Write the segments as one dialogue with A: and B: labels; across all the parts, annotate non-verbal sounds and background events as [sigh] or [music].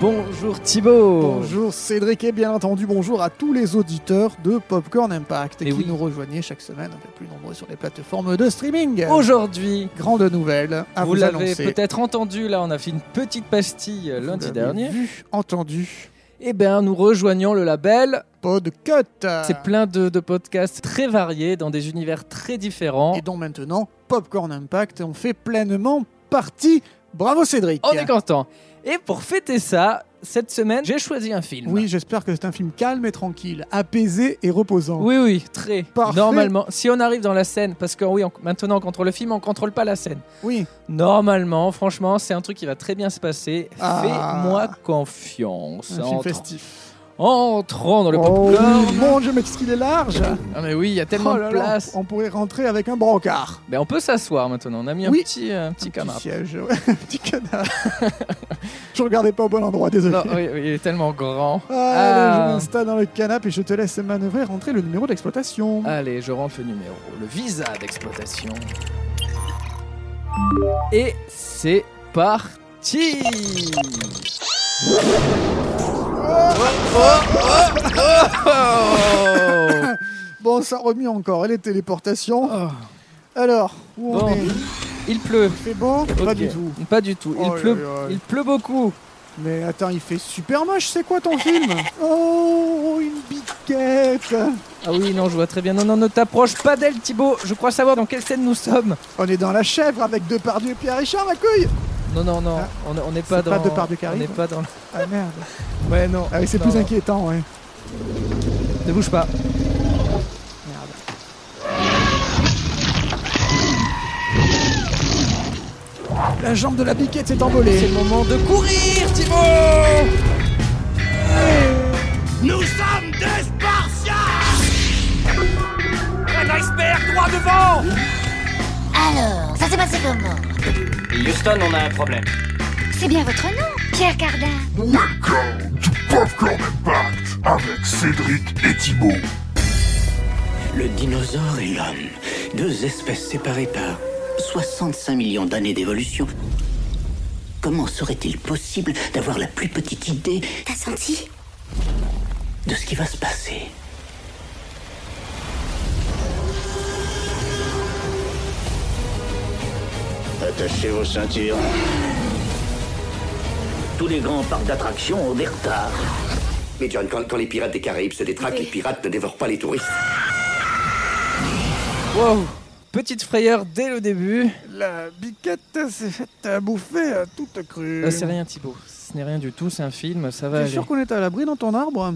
A: Bonjour Thibaut
B: Bonjour Cédric et bien entendu bonjour à tous les auditeurs de Popcorn Impact
A: Et
B: qui
A: Eh oui.
B: nous rejoignaient chaque semaine un peu plus nombreux sur les plateformes de streaming.
A: Aujourd'hui,
B: Grande nouvelle à vous,
A: vous l'avez
B: annoncer.
A: peut-être entendu, là on a fait une petite pastille euh,
B: Vous
A: lundi
B: l'avez
A: dernier.
B: vu, entendu.
A: Eh bien, nous rejoignons le label.
B: Podcut.
A: C'est plein de, de podcasts très variés, dans des univers très différents.
B: Et donc maintenant, Popcorn Impact on fait pleinement partie. Bravo Cédric.
A: On est content. Et pour fêter ça, cette semaine, j'ai choisi un film.
B: oui, j'espère que c'est un film calme et tranquille, apaisé et reposant.
A: Oui, oui, très.
B: Parfait.
A: Normalement, si on arrive dans la scène, parce que oui, on- maintenant on contrôle le film, on contrôle pas la scène.
B: Oui.
A: Normalement, franchement, c'est un truc qui va très bien se passer.
B: Ah.
A: Fais-moi confiance.
B: Un film
A: Entrons-
B: festif.
A: Entrons dans le
B: Oh,
A: popcorn.
B: mon Dieu, mais qu'est-ce qu'il est large
A: Ah mais oui, il y a tellement
B: Oh là
A: de
B: là,
A: place.
B: On pourrait rentrer avec un brancard.
A: Ben, on peut s'asseoir maintenant. On a mis un
B: Oui.
A: petit, euh, petit
B: Un
A: canapé.
B: petit siège, ouais, [laughs] un
A: [laughs]
B: petit canard. je regardais pas au bon endroit, désolé.
A: Non, oui, oui, il est tellement grand.
B: Allez,
A: Ah.
B: je m'installe dans le canapé et je te laisse manœuvrer, rentrer le numéro d'exploitation.
A: Allez, je rentre le numéro, le visa d'exploitation. Et c'est parti Oh.
B: Bon, ça remue encore, et les téléportations.
A: Oh.
B: Alors, où
A: Bon.
B: on est
A: Il pleut.
B: Il fait beau Pas
A: Ok.
B: du tout.
A: Pas du tout. Il
B: Oh là
A: pleut.
B: là.
A: Il pleut beaucoup.
B: Mais attends, il fait super moche, c'est
A: [laughs]
B: quoi ton film Oh, une biquette
A: Ah oui, non, je vois très bien. Non, non, ne t'approche pas d'elle, Thibaut. Je crois savoir dans quelle scène nous sommes.
B: On est dans la chèvre avec Depardieu et Pierre Richard, ma couille
A: Non, non, non.
B: Ah.
A: On on n'est pas
B: C'est
A: dans.
B: pas Depardieu qui
A: On
B: arrive
A: n'est pas dans.
B: Ah merde.
A: [laughs] Ouais, non.
B: Ah oui, c'est
A: Non,
B: plus
A: non.
B: inquiétant, ouais.
A: Ne bouge pas.
B: Merde. La jambe de la biquette s'est
A: C'est
B: envolée.
A: le moment de courir, Thibaut
C: Nous sommes des Spartiates Un iceberg droit devant
D: Alors, ça s'est passé comment
C: Houston, on a un problème.
D: C'est bien votre nom, Pierre Cardin.
E: Welcome to Popcorn Impact avec Cédric et Thibaut.
F: Le dinosaure et l'homme, deux espèces séparées par 65 millions d'années d'évolution. Comment serait-il possible d'avoir la plus petite idée
D: T'as senti
F: de ce qui va se passer
G: Attachez vos ceintures.
F: Tous les grands parcs d'attractions ont des retards.
G: Mais John, quand, quand les pirates des Caraïbes se détraquent, les pirates ne dévorent pas les touristes.
A: Wow Petite frayeur dès le début.
B: La biquette s'est faite à bouffer euh, toute crue.
A: Euh, c'est rien, Thibaut. Ce n'est rien du tout, c'est un film, ça va
B: T'es
A: aller.
B: sûr qu'on est à l'abri dans ton arbre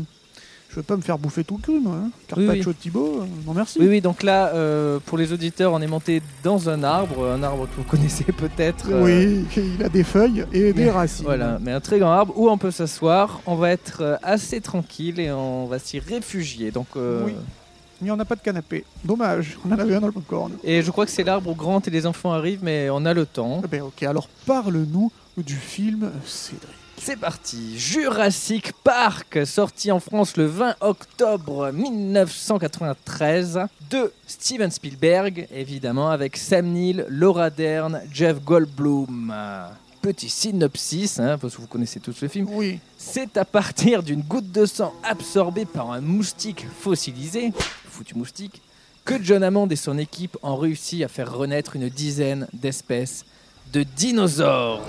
B: Je veux pas me faire bouffer tout cru, moi. hein.
A: Oui,
B: Carpaccio de Thibaut, euh, non merci.
A: Oui, oui, donc là, euh, pour les auditeurs, on est monté dans un arbre, un arbre que vous connaissez peut-être. euh,
B: Oui, il a des feuilles et des
A: mais-
B: racines.
A: Voilà, mais un très grand arbre où on peut s'asseoir, on va être euh, assez tranquille et on va s'y réfugier. Donc, euh,
B: Oui. Il n'y en a pas de canapé. Dommage, on en avait un dans le popcorn.
A: Et je crois que c'est l'arbre où Grant et les enfants arrivent, mais on a le temps.
B: Eh Ben ok, alors parle-nous du film euh, Cédric.
A: C'est parti Jurassic Park, sorti en France le 20 octobre 1993, de Steven Spielberg, évidemment, avec Sam Neill, Laura Dern, Jeff Goldblum. Petit synopsis, hein, parce que vous connaissez tous le film.
B: Oui,
A: C'est à partir d'une goutte de sang absorbée par un moustique fossilisé, foutu moustique, que John Hammond et son équipe ont réussi à faire renaître une dizaine d'espèces de dinosaures.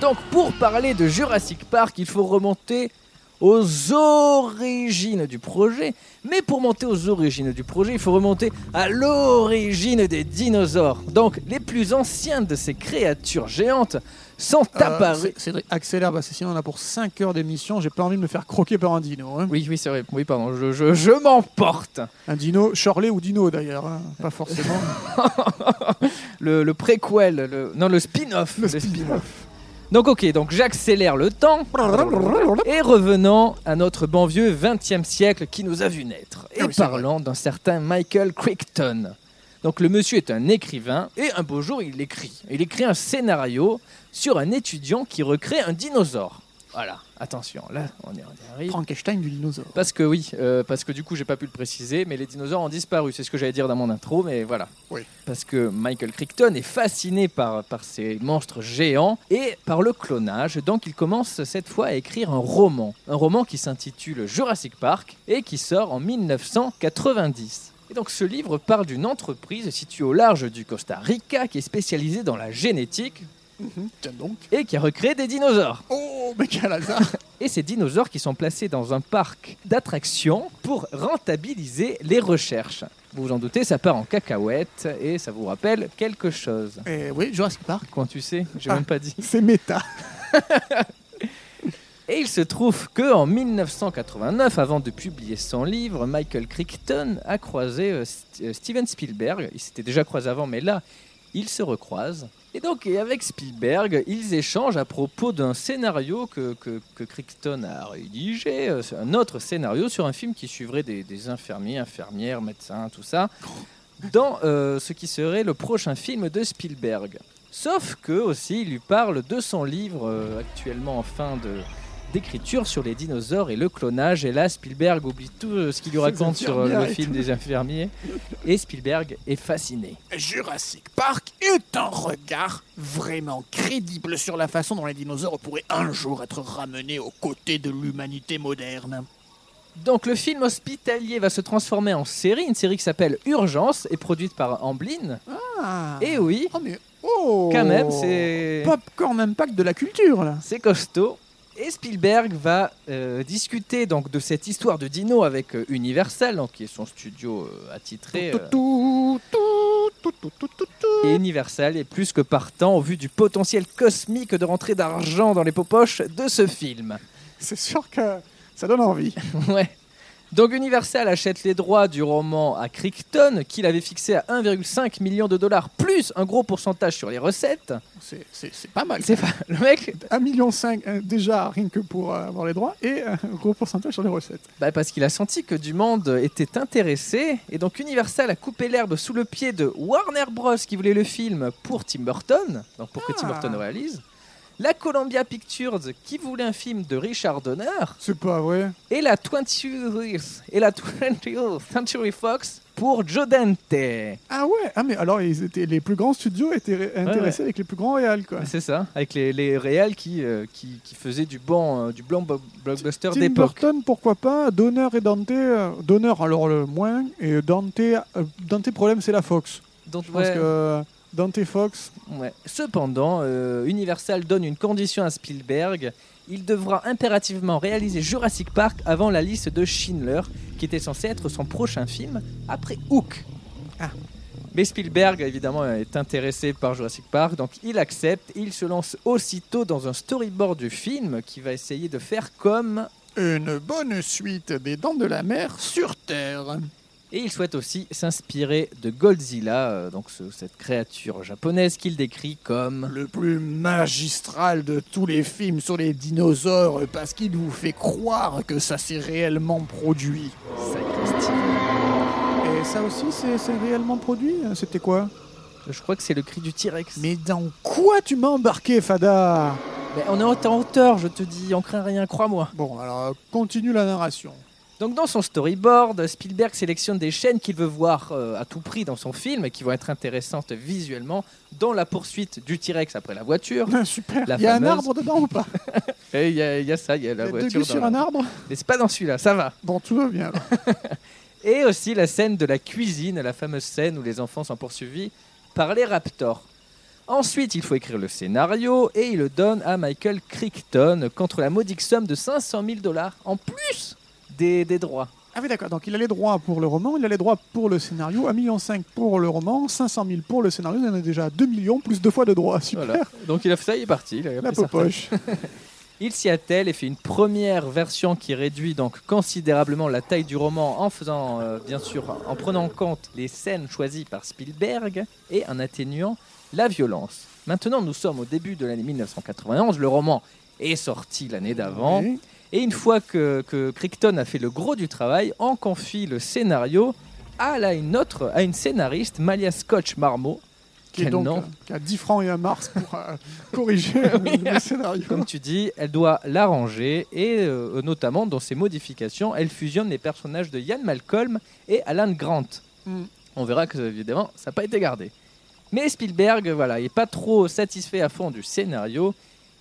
A: Donc pour parler de Jurassic Park, il faut remonter aux origines du projet. Mais pour monter aux origines du projet, il faut remonter à l'origine des dinosaures. Donc les plus anciens de ces créatures géantes sont
B: Euh,
A: apparus...
B: Cé- Cédric, accélère, parce que sinon on a pour 5 heures d'émission, j'ai pas envie de me faire croquer par un dino. hein.
A: Oui, oui, c'est vrai. Oui, pardon, je, je, je m'emporte.
B: Un dino, Shorley ou dino d'ailleurs, hein.
A: [laughs]
B: pas forcément.
A: Le, le préquel, le, non, le spin-off. le spin-off. donc, ok, donc j'accélère le temps. Et revenons à notre bon vieux 20e siècle qui nous a vu naître. Et
B: Ah oui, c'est
A: parlons d'un certain Michael Crichton. Donc, le monsieur est un écrivain et un beau jour, il écrit. Il écrit un scénario sur un étudiant qui recrée un dinosaure. Voilà, à attention, là, on y, on y arrive.
B: Frankenstein du dinosaure.
A: Parce que oui, euh, parce que du coup, j'ai pas pu le préciser, mais les dinosaures ont disparu. C'est ce que j'allais dire dans mon intro, mais voilà.
B: Oui.
A: Parce que Michael Crichton est fasciné par, par ces monstres géants et par le clonage, donc il commence cette fois à écrire un roman. Un roman qui s'intitule Jurassic Park et qui sort en 1990. Et donc ce livre parle d'une entreprise située au large du Costa Rica qui est spécialisée dans la génétique
B: Tiens donc.
A: et qui a recréé des dinosaures.
B: Oh, mais quel hasard
A: et ces dinosaures qui sont placés dans un parc d'attractions pour rentabiliser les recherches. Vous vous en doutez, ça part en cacahuète et ça vous rappelle quelque chose.
B: Eh oui, Jurassic Park.
A: Quand tu sais, j'ai
B: Ah.
A: même pas dit.
B: C'est méta.
A: Et il se trouve que en 1989, avant de publier son livre, Michael Crichton a croisé euh, St- euh, Steven Spielberg. Ils s'étaient déjà croisés avant, mais là, ils se recroisent. Et donc, et avec Spielberg, ils échangent à propos d'un scénario que, que, que Crichton a rédigé, euh, un autre scénario sur un film qui suivrait des, des infirmiers, infirmières, médecins, tout ça, dans euh, ce qui serait le prochain film de Spielberg. Sauf que aussi, il lui parle de son livre euh, actuellement en fin de, d'écriture sur les dinosaures et le clonage. Et là, Spielberg oublie tout euh, ce qu'il lui
B: Les
A: raconte sur euh, le
B: infirmières et
A: film des infirmiers. Et Spielberg est fasciné.
B: Jurassic Park est un regard vraiment crédible sur la façon dont les dinosaures pourraient un jour être ramenés aux côtés de l'humanité moderne.
A: Donc le film hospitalier va se transformer en série, une série qui s'appelle Urgence et produite par Amblin.
B: Ah
A: Et oui,
B: Oh, mais oh
A: quand même, c'est...
B: Popcorn Impact de la culture, là
A: C'est costaud. Et Spielberg va euh, discuter donc de cette histoire de dino avec euh, Universal, donc, qui est son studio euh, attitré. euh,
B: Tout, tout, tout, tout, tout, tout, tout.
A: et Universal est plus que partant au vu du potentiel cosmique de rentrée d'argent dans les poches de ce film.
B: C'est sûr que ça donne envie.
A: [laughs] Ouais. Donc Universal achète les droits du roman à Crichton, qu'il avait fixé à 1,5 million de dollars, plus un gros pourcentage sur les recettes.
B: C'est- C'est c'est pas mal.
A: C'est pas... Le mec,
B: 1,5 million euh, déjà, rien que pour euh, avoir les droits, et un gros pourcentage sur les recettes.
A: Bah, parce qu'il a senti que du monde était intéressé et donc Universal a coupé l'herbe sous le pied de Warner Bros qui voulait le film pour Tim Burton, donc pour que Tim
B: Ah.
A: Burton réalise. La Columbia Pictures qui voulait un film de Richard Donner
B: C'est pas vrai.
A: et la 20th, et la 20th Century Fox pour Joe Dante.
B: Ah ouais Ah mais alors ils étaient les plus grands studios étaient ré- intéressés avec les plus grands réals quoi.
A: C'est ça, avec les, les réals qui, euh, qui, qui faisaient du bon, euh, du blanc bo- blockbuster
B: Tim
A: d'époque.
B: Burton pourquoi pas, Donner et Dante, euh, Donner alors le moins et Dante euh, Dante problème c'est la Fox.
A: Donc,
B: Je pense
A: ouais.
B: que euh, Dante Fox
A: Ouais. Cependant, euh, Universal donne une condition à Spielberg. Il devra impérativement réaliser Jurassic Park avant la liste de Schindler, qui était censé être son prochain film après Hook.
B: Ah.
A: Mais Spielberg, évidemment, est intéressé par Jurassic Park, donc il accepte. Il se lance aussitôt dans un storyboard du film qui va essayer de faire comme.
B: une bonne suite des dents de la mer sur terre.
A: Et il souhaite aussi s'inspirer de Godzilla, euh, donc ce- cette créature japonaise qu'il décrit comme.
B: Le plus magistral de tous les films sur les dinosaures parce qu'il vous fait croire que ça s'est réellement produit.
A: Sacristi.
B: Et ça aussi c'est c'est réellement produit C'était quoi
A: Je crois que c'est le cri du T-Rex.
B: Mais dans quoi tu m'as embarqué Fada
A: Mais on est en hauteur, je te dis, on craint rien, crois-moi.
B: Bon, alors euh, continue la narration.
A: Donc dans son storyboard, Spielberg sélectionne des chaînes qu'il veut voir euh, à tout prix dans son film et qui vont être intéressantes visuellement, dont la poursuite du T-Rex après la voiture.
B: Ah, Super.
A: La
B: Il y a un
A: fameuse-
B: arbre dedans ou [laughs] pas
A: Et il y, a- il y a ça, il y a la
B: Les deux
A: voiture.
B: gueux sur
A: dans
B: un
A: la-
B: arbre
A: Mais c'est pas dans celui-là, ça va.
B: Bon, tout va bien. alors.
A: Et aussi la scène de la cuisine, la fameuse scène où les enfants sont poursuivis par les raptors. Ensuite, il faut écrire le scénario et il le donne à Michael Crichton contre la modique somme de 500 000 dollars en plus des- des droits.
B: Ah oui, d'accord. Donc il a les droits pour le roman, il a les droits pour le scénario, 1,5 million pour le roman, 500 000 pour le scénario, il y en a déjà 2 millions plus deux fois de droits. Super.
A: Voilà. Donc il a fait ça, il est parti. Il, a
B: La
A: pris sa retraite.
B: [laughs] popoche.
A: Il s'y attelle et fait une première version qui réduit donc considérablement la taille du roman en faisant, euh, bien sûr, en prenant en compte les scènes choisies par Spielberg et en atténuant la violence. Maintenant, nous sommes au début de l'année 1991. Le roman est sorti l'année d'avant.
B: Oui.
A: Et une fois que, que Crichton a fait le gros du travail, on confie le scénario à, la- une autre, à une scénariste, Malia Scotch Marmot,
B: qui est
A: Quel
B: donc
A: nom.
B: euh, qui a 10 francs et un mars pour [laughs] euh, corriger le scénario.
A: Comme tu dis, elle doit l'arranger et euh, notamment dans ses modifications, elle fusionne les personnages de Ian Malcolm et Alan Grant.
B: Mm.
A: On verra que évidemment, ça n'a pas été gardé. Mais Spielberg, voilà, il est pas trop satisfait à fond du scénario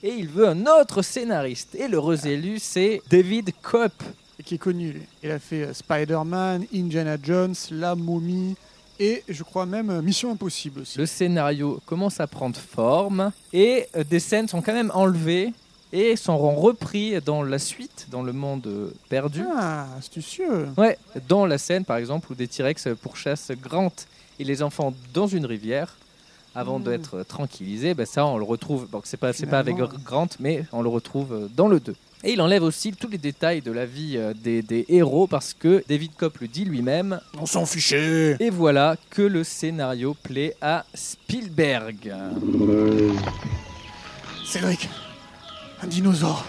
A: et il veut un autre scénariste. Et le réélu, c'est David Kopp.
B: et qui est connu. lui. Il a fait euh, Spider-Man, Indiana Jones, La Momie et je crois même euh, Mission Impossible aussi.
A: Le scénario commence à prendre forme et euh, des scènes sont quand même enlevées et seront repris dans la suite, dans le monde euh, perdu.
B: Ah, astucieux.
A: Ouais, dans la scène par exemple où des T-Rex pourchassent Grant et les enfants dans une rivière avant
B: Mm.
A: d'être euh, tranquillisés, ben ça on le retrouve, donc c'est pas, c'est pas avec
B: Finalement,
A: Grant mais on le retrouve euh, dans le 2. Et il enlève aussi tous les détails de la vie euh, des, des héros parce que David Kopp le dit lui-même,
B: On s'en fichait.
A: et voilà que le scénario plaît à Spielberg.
B: Cédric, un dinosaure.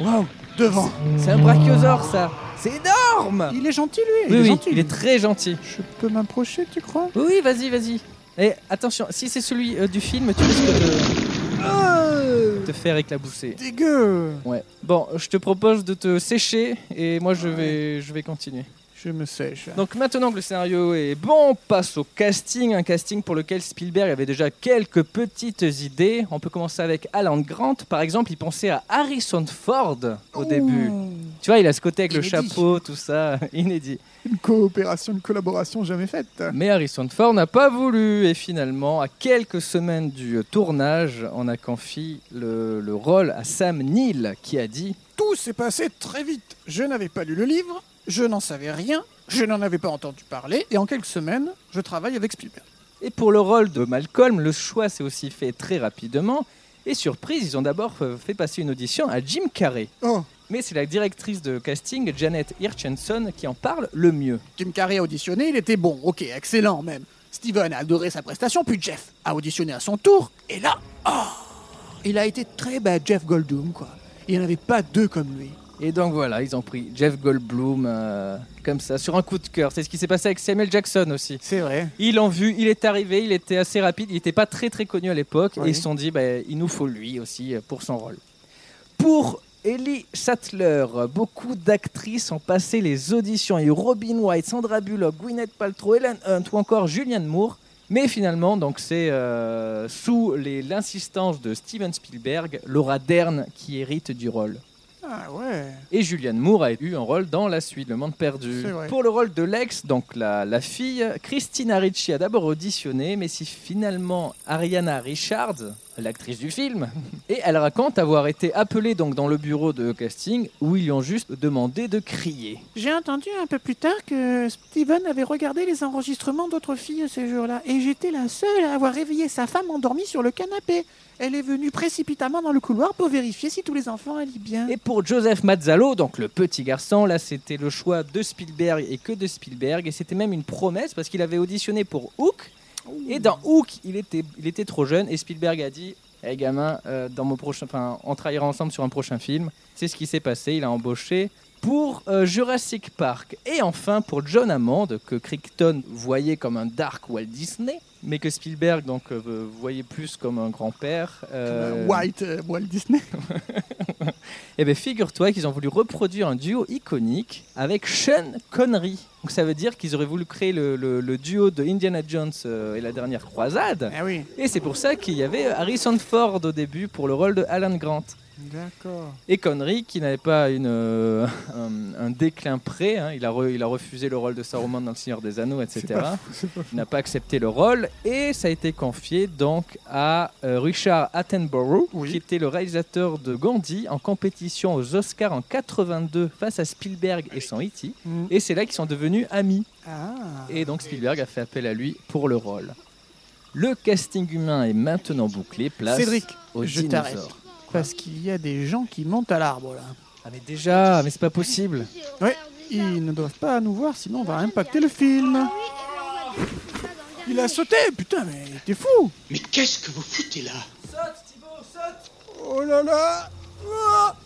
B: Waouh, devant.
A: C'est un brachiosaure ça C'est énorme
B: Il est gentil
A: Oui,
B: lui. il est
A: oui,
B: gentil.
A: il est très gentil.
B: Je peux m'approcher, tu crois
A: Oui, oui, vas-y, vas-y. Et attention, si c'est celui euh, du film, tu risques de
B: Ah.
A: te faire éclabousser.
B: Dégueu.
A: Ouais. Bon, je te propose de te sécher et moi je vais, je vais continuer.
B: Je me sèche.
A: Donc maintenant que le scénario est bon, on passe au casting, un casting pour lequel Spielberg avait déjà quelques petites idées. On peut commencer avec Alan Grant, par exemple, il pensait à Harrison Ford au début. Tu vois, il a ce côté avec le
B: Inédit.
A: chapeau, tout ça, [laughs] inédit.
B: Une coopération, une collaboration jamais faite.
A: Mais Harrison Ford n'a pas voulu et finalement, à quelques semaines du euh, tournage, on a confié le, le rôle à Sam Neill qui a dit
B: Tout s'est passé très vite. Je n'avais pas lu le livre, je n'en savais rien, je n'en avais pas entendu parler, et en quelques semaines, je travaille avec Spielberg.
A: Et pour le rôle de Malcolm, le choix s'est aussi fait très rapidement. Et surprise, ils ont d'abord euh, fait passer une audition à Jim Carrey.
B: Oh,
A: Mais c'est la directrice de casting, Janet Hirchenson, qui en parle le mieux.
B: Jim Carrey a auditionné, il était bon, ok, excellent même. Steven a adoré sa prestation, puis Jeff a auditionné à son tour, et là, oh, il a été très bas Jeff Goldblum, quoi. Il n'y en avait pas deux comme lui.
A: Et donc voilà, ils ont pris Jeff Goldblum euh, comme ça, sur un coup de cœur. C'est ce qui s'est passé avec Samuel Jackson aussi.
B: C'est vrai.
A: Ils l'ont vu, il est arrivé, il était assez rapide, il n'était pas très très connu à l'époque,
B: Oui.
A: et ils se sont dit, bah, il nous faut lui aussi euh, pour son rôle. Pour Ellie Sattler, euh, beaucoup d'actrices ont passé les auditions, il y a eu Robin White, Sandra Bullock, Gwyneth Paltrow, Helen Hunt ou encore Julianne Moore, mais finalement, donc c'est euh, sous les- l'insistance de Steven Spielberg, Laura Dern qui hérite du rôle.
B: Ah ouais.
A: Et Julianne Moore a eu un rôle dans la suite, Le Monde Perdu.
B: C'est vrai.
A: Pour le rôle de Lex, donc la, la fille, Christina Ricci a d'abord auditionné, mais si finalement Ariana Richard, l'actrice du film, [laughs] et elle raconte avoir été appelée donc dans le bureau de casting où ils lui ont juste demandé de crier.
B: J'ai entendu un peu plus tard que Steven avait regardé les enregistrements d'autres filles ces jours-là, et j'étais la seule à avoir réveillé sa femme endormie sur le canapé. Elle est venue précipitamment dans le couloir pour vérifier si tous les enfants allaient bien.
A: Et pour Joseph Mazzalo, donc le petit garçon, là c'était le choix de Spielberg et que de Spielberg, et c'était même une promesse parce qu'il avait auditionné pour Hook, et dans Hook il était, il était trop jeune, et Spielberg a dit, hey gamin, euh, dans mon prochain, enfin, on travaillera ensemble sur un prochain film, c'est ce qui s'est passé, il a embauché pour euh, Jurassic Park, et enfin pour John Hammond, que Crichton voyait comme un dark Walt Disney, mais que Spielberg donc euh, voyait plus comme un grand-père. euh,
B: White, Walt Disney.
A: eh bien, figure-toi qu'ils ont voulu reproduire un duo iconique avec Sean Connery. Donc, ça veut dire qu'ils auraient voulu créer le, le- le duo de Indiana Jones euh, et la dernière croisade.
B: Ah oui,
A: Et c'est pour ça qu'il y avait Harrison Ford au début pour le rôle de Alan Grant.
B: d'accord.
A: Et Connery, qui n'avait pas une, euh, [laughs] un, un déclin prêt, hein, il, a re- il a refusé le rôle de Saruman dans Le Seigneur des Anneaux, etc. Il n'a pas accepté le rôle et ça a été confié donc à euh, Richard Attenborough,
B: Oui.
A: qui était le réalisateur de Gandhi en compétition aux Oscars en 82 face à Spielberg et son E.T.
B: Mm.
A: Et c'est là qu'ils sont devenus amis.
B: Ah.
A: Et donc Spielberg a fait appel à lui pour le rôle. Le casting humain est maintenant bouclé. Place
B: Cédric,
A: aux
B: je
A: dinosaures.
B: t'arrête. Parce qu'il y a des gens qui montent à l'arbre là.
A: Ah mais déjà, mais c'est pas possible.
B: Ouais, ils ne doivent pas nous voir, sinon on va impacter le film. Il a sauté, putain, mais t'es fou
H: Mais qu'est-ce que vous foutez là
B: Oh là là Ah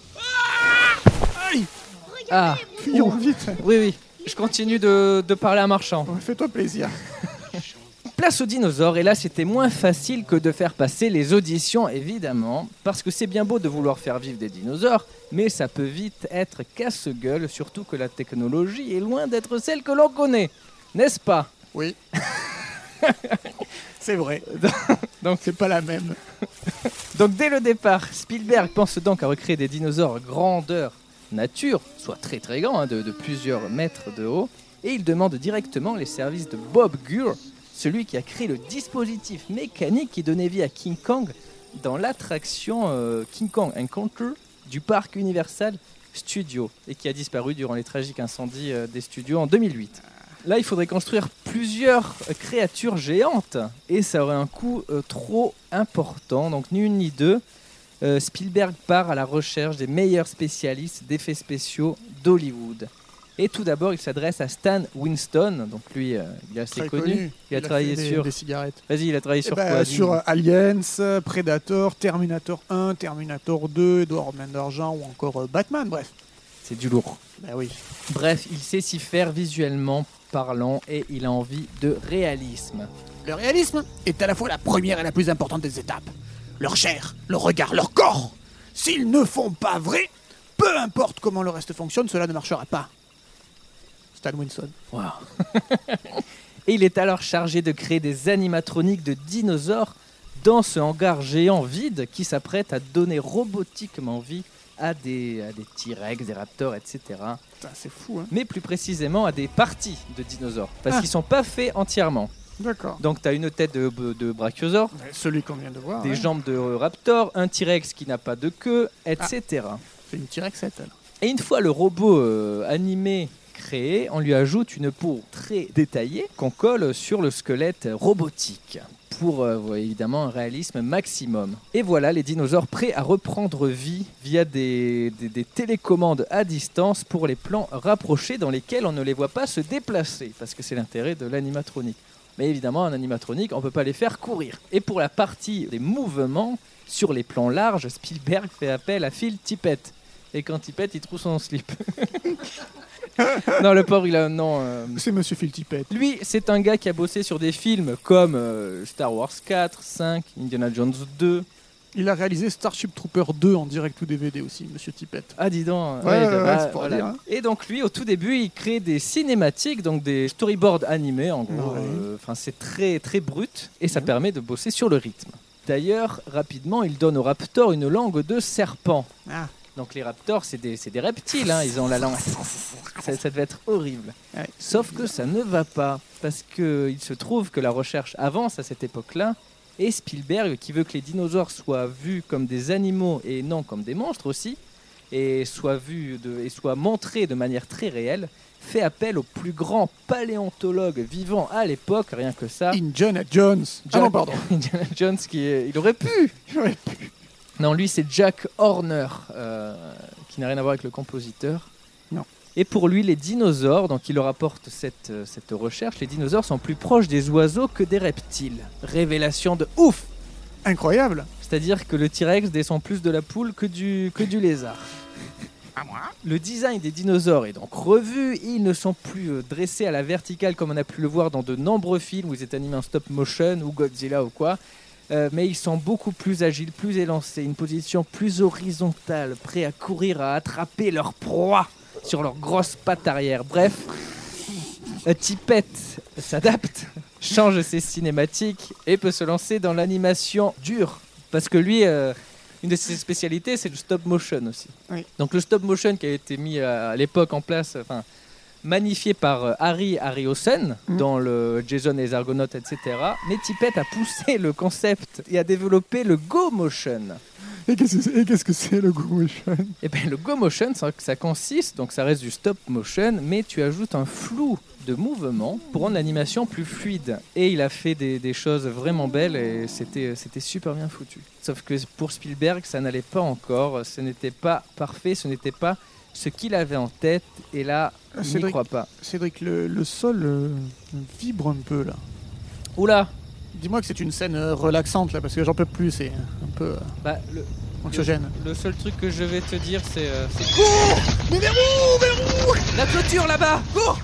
B: Aïe
A: Ah
B: Fuyons vite
A: oui oui, je continue de, de parler à Marchand. [laughs]
B: Ouais, Fais-toi plaisir.
A: Place aux dinosaures, et là c'était moins facile que de faire passer les auditions, évidemment, parce que c'est bien beau de vouloir faire vivre des dinosaures, mais ça peut vite être casse-gueule, surtout que la technologie est loin d'être celle que l'on connaît, n'est-ce pas
B: Oui. c'est vrai.
A: Donc-
B: [laughs] Donc c'est pas la même.
A: Donc dès le départ, Spielberg pense donc à recréer des dinosaures grandeur nature, soit très très grands, hein, de, de plusieurs mètres de haut, et il demande directement les services de Bob Gurr, celui qui a créé le dispositif mécanique qui donnait vie à King Kong dans l'attraction euh, King Kong Encounter du parc Universal Studios, et qui a disparu durant les tragiques incendies euh, des studios en 2008. Là, il faudrait construire plusieurs euh, créatures géantes et ça aurait un coût euh, trop important. Donc, ni une ni deux. Euh, Spielberg part à la recherche des meilleurs spécialistes d'effets spéciaux d'Hollywood. Et tout d'abord, il s'adresse à Stan Winston. Donc, lui, euh, il est assez
B: Très
A: connu. Il a travaillé
B: fait des-
A: sur-
B: des cigarettes.
A: Vas-y, il a travaillé
B: Eh
A: sur
B: ben,
A: quoi dis-nous
B: sur euh, Aliens, euh, Predator, Terminator 1, Terminator 2, Edward Main d'Argent ou encore euh, Batman, bref.
A: C'est du lourd.
B: Bah oui.
A: Bref, il sait s'y faire visuellement parlant et il a envie de réalisme.
B: Le réalisme est à la fois la première et la plus importante des étapes. Leur chair, leur regard, leur corps. S'ils ne font pas vrai, peu importe comment le reste fonctionne, cela ne marchera pas. Stan Winston.
A: Waouh. [laughs] Et il est alors chargé de créer des animatroniques de dinosaures dans ce hangar géant vide qui s'apprête à donner robotiquement vie à des, à des T-Rex, des Raptors, etc.
B: Putain, c'est fou, hein.
A: Mais plus précisément à des parties de dinosaures. Parce
B: Ah.
A: qu'ils sont pas faits entièrement.
B: D'accord.
A: Donc tu as une tête de, de brachiosaure,
B: Celui qu'on vient de voir,
A: des
B: Ah ouais.
A: jambes de raptor, un T-Rex qui n'a pas de queue, etc.
B: c'est une T-Rex alors.
A: Et une fois le robot euh, animé créé, on lui ajoute une peau très détaillée qu'on colle sur le squelette robotique pour euh, ouais, évidemment un réalisme maximum. Et voilà les dinosaures prêts à reprendre vie via des, des- des télécommandes à distance pour les plans rapprochés dans lesquels on ne les voit pas se déplacer parce que c'est l'intérêt de l'animatronique. Mais évidemment, un animatronique, on ne peut pas les faire courir. Et pour la partie des mouvements sur les plans larges, Spielberg fait appel à Phil Tippett. Et quand il pète, il trouve son slip. [laughs] non, le pauvre, il a un nom. euh,
B: C'est Monsieur Phil Tippett.
A: Lui, c'est un gars qui a bossé sur des films comme euh, Star Wars 4, 5, Indiana Jones 2.
B: Il a réalisé Starship Trooper 2 en direct ou DVD aussi, Monsieur Tippett.
A: Ah, dis donc.
B: Ouais, ouais, ouais, c'est pour dire, hein.
A: Et donc, lui, au tout début, il crée des cinématiques, donc des storyboards animés, en gros.
B: Ouais.
A: euh, Enfin, c'est très, très brut et ça permet de bosser sur le rythme. D'ailleurs, rapidement, il donne au raptor une langue de serpent.
B: Ah.
A: Donc, les raptors, c'est des, c'est des reptiles, hein, ils ont la langue. Ça, ça devait être horrible.
B: Ouais.
A: Sauf que ça ne va pas, parce qu'il se trouve que la recherche avance à cette époque-là, et Spielberg, qui veut que les dinosaures soient vus comme des animaux et non comme des monstres aussi, et soient, vus de, et soient montrés de manière très réelle, fait appel au plus grand paléontologue vivant à l'époque, rien que ça.
B: Indiana Jones. Ah non, pardon.
A: [laughs] Indiana Jones, qui est- il aurait pu
B: Ouais.
A: non, lui, c'est Jack Horner, euh, qui n'a rien à voir avec le compositeur.
B: Non.
A: Et pour lui, les dinosaures, donc il leur apporte cette, euh, cette recherche, les dinosaures sont plus proches des oiseaux que des reptiles. Révélation de ouf
B: Incroyable.
A: C'est-à-dire que le T-Rex descend plus de la poule que du, que du lézard. Le design des dinosaures est donc revu, ils ne sont plus euh, dressés à la verticale comme on a pu le voir dans de nombreux films où ils étaient animés en stop motion ou Godzilla ou quoi, Euh, mais ils sont beaucoup plus agiles, plus élancés, une position plus horizontale, prêts à courir, à attraper leur proie sur leurs grosses pattes arrière. Bref, euh, Tipette s'adapte, [laughs] change ses cinématiques et peut se lancer dans l'animation dure, parce que lui, euh, une de ses spécialités, c'est le stop motion aussi. Donc le stop motion qui a été mis euh, à l'époque en place, enfin magnifié par euh, Harry Harryhausen dans le Jason et les Argonautes, etc. Mais Tippett a poussé le concept et a développé le Go Motion.
B: Et qu'est-ce que c'est- et qu'est-ce que c'est le Go Motion
A: Et ben, le Go Motion, ça, ça consiste, donc ça reste du stop motion, mais tu ajoutes un flou de mouvement pour rendre l'animation plus fluide. Et il a fait des, des choses vraiment belles et c'était c'était super bien foutu. Sauf que pour Spielberg, ça n'allait pas encore, ce n'était pas parfait, ce n'était pas ce qu'il avait en tête. Et là,
B: Euh,
A: je n'y
B: Cédric.
A: crois pas.
B: Cédric, le, le sol euh, vibre un peu là.
A: Oula
B: Dis-moi que c'est une scène euh, relaxante là, parce que j'en peux plus, c'est un peu euh,
A: bah, le,
B: anxiogène.
A: le seul truc que je vais te dire, c'est... euh, c'est- La Ah clôture là-bas Cours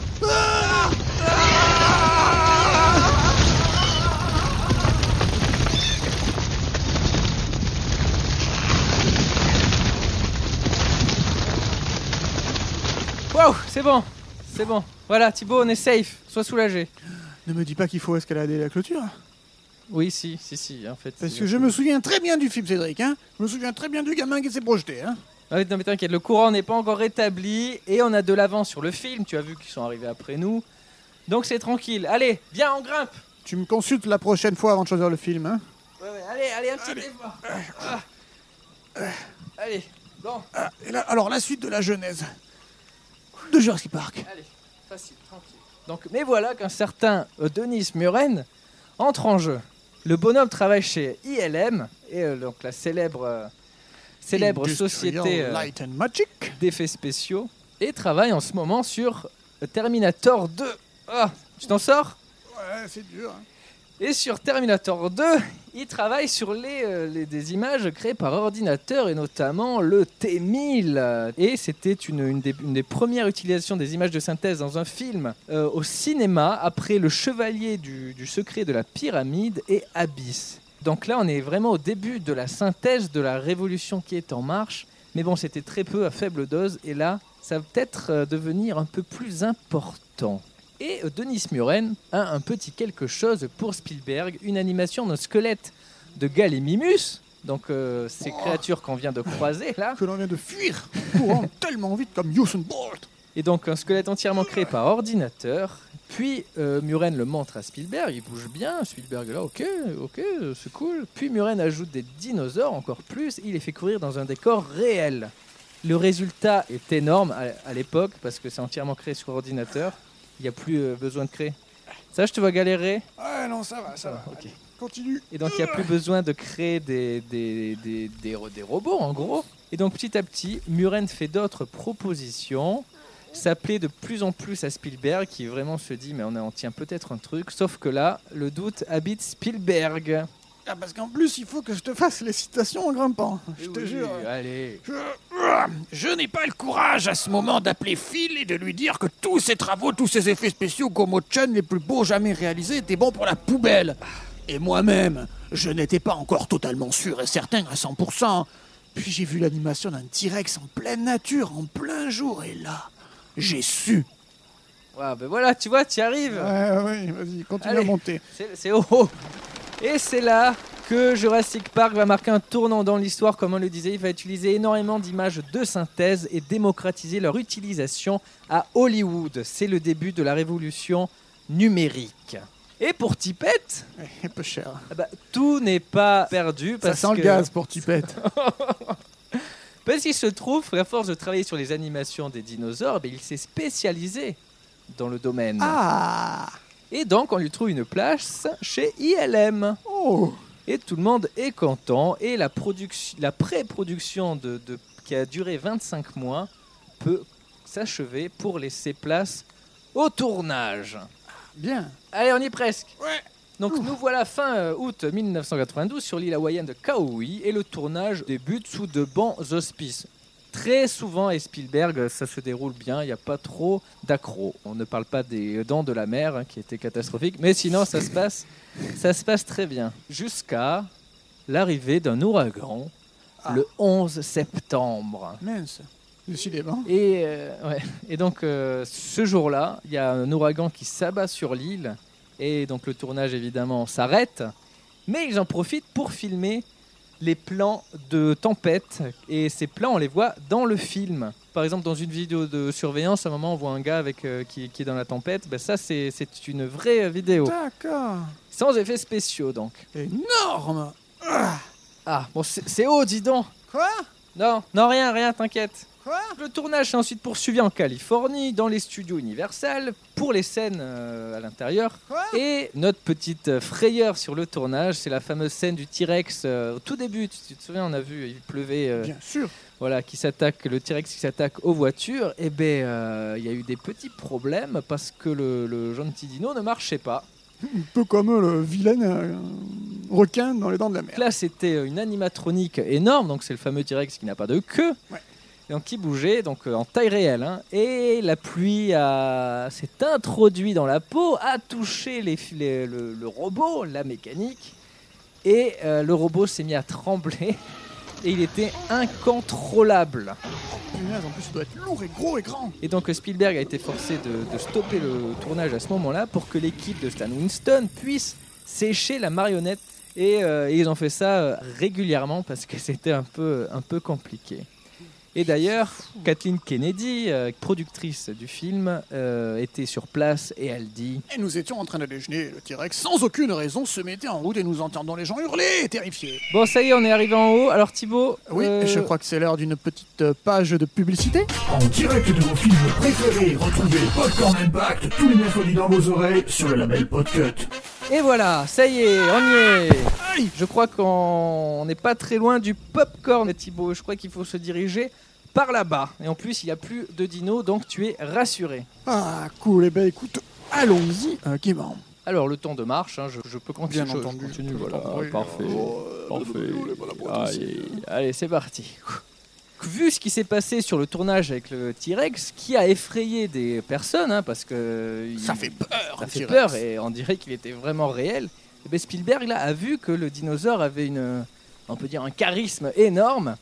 A: C'est bon, c'est bon. Voilà, Thibaut, on est safe. Sois soulagé.
B: Ne me dis pas qu'il faut escalader la clôture. hein.
A: Oui, si, si, si, en fait.
B: Parce
A: si,
B: que
A: on
B: je
A: peut.
B: me souviens très bien du film, Cédric. Hein je me souviens très bien du gamin qui s'est projeté. Hein
A: Ah oui, non, mais t'inquiète, le courant n'est pas encore rétabli et on a de l'avance sur le film. Tu as vu qu'ils sont arrivés après nous. Donc c'est tranquille. Allez, viens, on grimpe.
B: tu me consultes la prochaine fois avant de choisir le film. Hein
A: Ouais, ouais, allez, allez, un petit effort. Ah. Allez, bon,
B: Ah, et là, alors, la suite de la genèse. De Jurassic Park.
A: allez, facile, tranquille. Donc, mais voilà qu'un certain euh, Denis Muren entre en jeu. Le bonhomme travaille chez ILM, et euh, donc la célèbre, euh, célèbre
B: Industrial
A: société euh,
B: Light and Magic.
A: d'effets spéciaux, et travaille en ce moment sur euh, Terminator 2. Ah, tu t'en sors
B: Ouais, c'est dur. hein.
A: Et sur Terminator 2, il travaille sur les, euh, les- des images créées par ordinateur et notamment le T1000. Et c'était une, une des, une des premières utilisations des images de synthèse dans un film euh, au cinéma après Le Chevalier du, du Secret de la Pyramide et Abyss. Donc là, on est vraiment au début de la synthèse de la révolution qui est en marche. Mais bon, c'était très peu à faible dose et là, ça va peut-être euh, devenir un peu plus important. Et euh, Denis Muren a un petit quelque chose pour Spielberg, une animation d'un squelette de Gallimimus, donc euh, ces créatures qu'on vient de croiser là,
B: Que l'on vient de fuir, courant [laughs] tellement vite comme Usain Bolt.
A: et donc un squelette entièrement créé par ordinateur. Puis euh, Muren le montre à Spielberg, il bouge bien, Spielberg est là, ok, ok, c'est cool. Puis Muren ajoute des dinosaures encore plus, il les fait courir dans un décor réel. Le résultat est énorme à, à l'époque parce que c'est entièrement créé sur ordinateur, il n'y a plus euh, besoin de créer. Ça, je te vois galérer.
B: Ah non, ça va, ça va.
A: Ok.
B: Allez, Continue.
A: Et donc, il n'y a plus besoin de créer des, des, des, des, ro- des robots, en gros. Et donc, petit à petit, Muren fait d'autres propositions. Ça plaît de plus en plus à Spielberg, qui vraiment se dit, mais on en tient peut-être un truc. Sauf que là, le doute habite Spielberg.
B: Ah, parce qu'en plus, il faut que je te fasse les citations en grimpant. Je te
A: Oui,
B: jure.
A: Allez.
B: Je n'ai pas le courage à ce moment d'appeler Phil et de lui dire que tous ses travaux, tous ses effets spéciaux Gomo-chan les plus beaux jamais réalisés étaient bons pour la poubelle. Et moi-même, je n'étais pas encore totalement sûr et certain à 100%. Puis j'ai vu l'animation d'un T-Rex en pleine nature, en plein jour, et là, j'ai su.
A: Ah, ben voilà, tu vois, tu y arrives.
B: oui, vas-y, continue
A: Allez.
B: monter.
A: C'est c'est haut, haut. Et c'est là que Jurassic Park va marquer un tournant dans l'histoire, comme on le disait. Il va utiliser énormément d'images de synthèse et démocratiser leur utilisation à Hollywood. C'est le début de la révolution numérique. Et pour Tipette,
B: Eh, Un peu cher.
A: ah bah, tout n'est pas perdu parce que-
B: pour Tipette.
A: Parce qu'il se trouve, à force de travailler sur les animations des dinosaures, ben, il s'est spécialisé dans le domaine.
B: [laughs] Ah
A: Et donc, on lui trouve une place chez ILM.
B: Oh
A: Et tout le monde est content. Et la, production- la pré-production de, de- qui a duré 25 mois peut s'achever pour laisser place au tournage.
B: Bien.
A: Allez, on y est presque.
B: Ouais.
A: Donc nous voilà fin euh, août 1992 sur l'île hawaïenne de Kauai et le tournage débute sous de bons auspices. Très souvent, et Spielberg, ça se déroule bien, il n'y a pas trop d'accro. On ne parle pas des dents de la mer, hein, qui étaient catastrophiques, mais sinon, ça se
B: [laughs]
A: passe, ça se passe très bien. Jusqu'à l'arrivée d'un ouragan
B: Ah.
A: le 11 septembre.
B: Mince. Décidément.
A: Et, euh, ouais. et donc, euh, ce jour-là, il y a un ouragan qui s'abat sur l'île. Et donc, le tournage, évidemment, s'arrête. Mais ils en profitent pour filmer les plans de tempête. Et ces plans, on les voit dans le film. Par exemple, dans une vidéo de surveillance, à un moment, on voit un gars avec, euh, qui, qui est dans la tempête. Ben, ça, c'est c'est une vraie euh, vidéo.
B: D'accord.
A: Sans effets spéciaux, donc.
B: Énorme
A: Ah, bon, c'est c'est haut, dis donc
B: Quoi
A: Non, non, rien, rien, t'inquiète.
B: Quoi
A: Le tournage s'est ensuite poursuivi en Californie, dans les studios Universal, pour les scènes euh, à l'intérieur.
B: Quoi
A: Et notre petite euh, frayeur sur le tournage, c'est la fameuse scène du T-Rex euh, au tout début. Tu tu te souviens, on a vu, il pleuvait, euh,
B: Bien sûr.
A: voilà, qui s'attaque, le T-Rex qui s'attaque aux voitures. Et ben, euh, il y a eu des petits problèmes parce que le, le gentil dino ne marchait pas.
B: Un peu comme le vilain euh, requin dans les dents de la mer.
A: Là, c'était euh, une animatronique énorme, donc c'est le fameux T-Rex qui n'a pas de queue.
B: Ouais.
A: Et Donc qui bougeait, donc euh, en taille réelle. hein. Et la pluie a- s'est introduite dans la peau, a touché les, fi- les- le, le robot, la mécanique. Et euh, le robot s'est mis à trembler. [laughs] et il était incontrôlable.
B: Punaise, en plus, ça doit être lourd et gros et grand.
A: Et donc Spielberg a été forcé de, de stopper le tournage à ce moment-là pour que l'équipe de Stan Winston puisse sécher la marionnette. Et, euh, ils ont fait ça euh, régulièrement parce que [laughs] c'était un peu, un peu compliqué. Et d'ailleurs, Kathleen Kennedy, euh, productrice du film, euh, était sur place et elle dit
B: Et nous étions en train de déjeuner. et Le T-Rex, sans aucune raison, se mettait en route et nous entendons les gens hurler, terrifiés.
A: Bon, ça y est, on est arrivé en haut. Alors Thibaut.
B: Oui,
A: euh,
B: je crois que c'est l'heure d'une petite euh, page de publicité.
E: En direct de vos films préférés, retrouvez Popcorn Impact tous les mercredis dans vos oreilles sur le label Podcut.
A: Et voilà, ça y est, on y est.
B: Aïe
A: Je crois qu'on n'est pas très loin du popcorn, Thibaut. Je crois qu'il faut se diriger par là-bas. Et en plus, il n'y a plus de dinos, donc tu es rassuré.
B: Ah, cool. Eh ben, écoute, allons-y, euh, gaiement.
A: Alors, le temps de marche, hein, je, je peux continuer.
B: Bien
A: je- je
B: entendu.
A: continue,
B: Tout le
A: voilà,
B: temps, oui.
A: Ah, parfait. Ah.
B: Oh, euh,
A: parfait.
B: on est pas là pour être ici.
A: Allez, allez, c'est parti. Vu ce qui s'est passé sur le tournage avec le T-Rex, qui a effrayé des personnes, hein, parce que il-
B: Ça fait peur,
A: ça
B: un
A: fait
B: T-Rex.
A: peur et on dirait qu'il était vraiment réel. Et ben, Spielberg là, a vu que le dinosaure avait une, on peut dire un charisme énorme.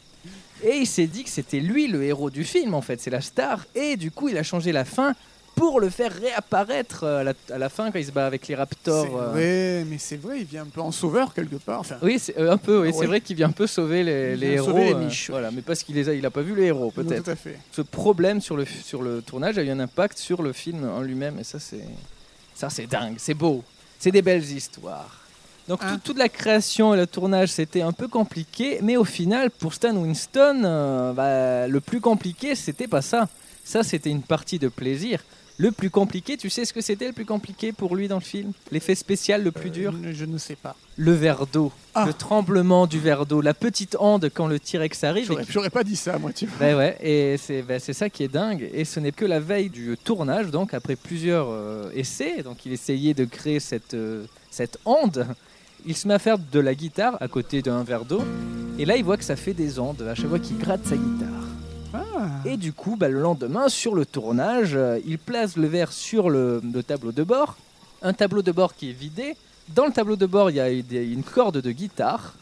A: Et il s'est dit que c'était lui le héros du film en fait, c'est la star. Et du coup, il a changé la fin pour le faire réapparaître euh, à la, à la fin quand il se bat avec les raptors. euh.
B: C'est- Oui, mais c'est vrai, il vient un peu en sauveur quelque part. Enfin,
A: Oui, c'est euh, un peu. Oui,
B: Ah
A: c'est
B: oui.
A: vrai qu'il vient un peu sauver les,
B: Il
A: les
B: vient
A: héros.
B: sauver les
A: euh,
B: miches, oui.
A: voilà, mais parce qu'il les a, il a pas vu les héros peut-être.
B: Tout à fait.
A: ce problème sur le, sur le tournage a eu un impact sur le film en lui-même. Et ça, c'est ça c'est dingue, c'est beau. C'est des belles histoires. Donc tout-
B: Hein.
A: toute la création et le tournage, c'était un peu compliqué. Mais au final, pour Stan Winston, euh, bah, le plus compliqué, c'était pas ça. Ça, c'était une partie de plaisir. Le plus compliqué, tu sais ce que c'était le plus compliqué pour lui dans le film L'effet spécial le plus dur
B: Euh, Je ne sais pas.
A: Le verre d'eau.
B: Ah.
A: Le tremblement du verre d'eau. La petite hande quand le T-Rex arrive. et
B: J'aurais j'aurais pas dit ça, moi, tu vois.
A: ben ouais, et c'est ben c'est ça qui est dingue. Et ce n'est que la veille du tournage, donc après plusieurs euh, essais, donc il essayait de créer cette, euh, cette onde. Il se met à faire de la guitare à côté d'un verre d'eau. Et là, il voit que ça fait des ondes à chaque fois qu'il gratte sa guitare. Et du coup, bah, le lendemain, sur le tournage, euh, il place le verre sur le, le tableau de bord. Un tableau de bord qui est vidé. Dans le tableau de bord, il y a des- une corde de guitare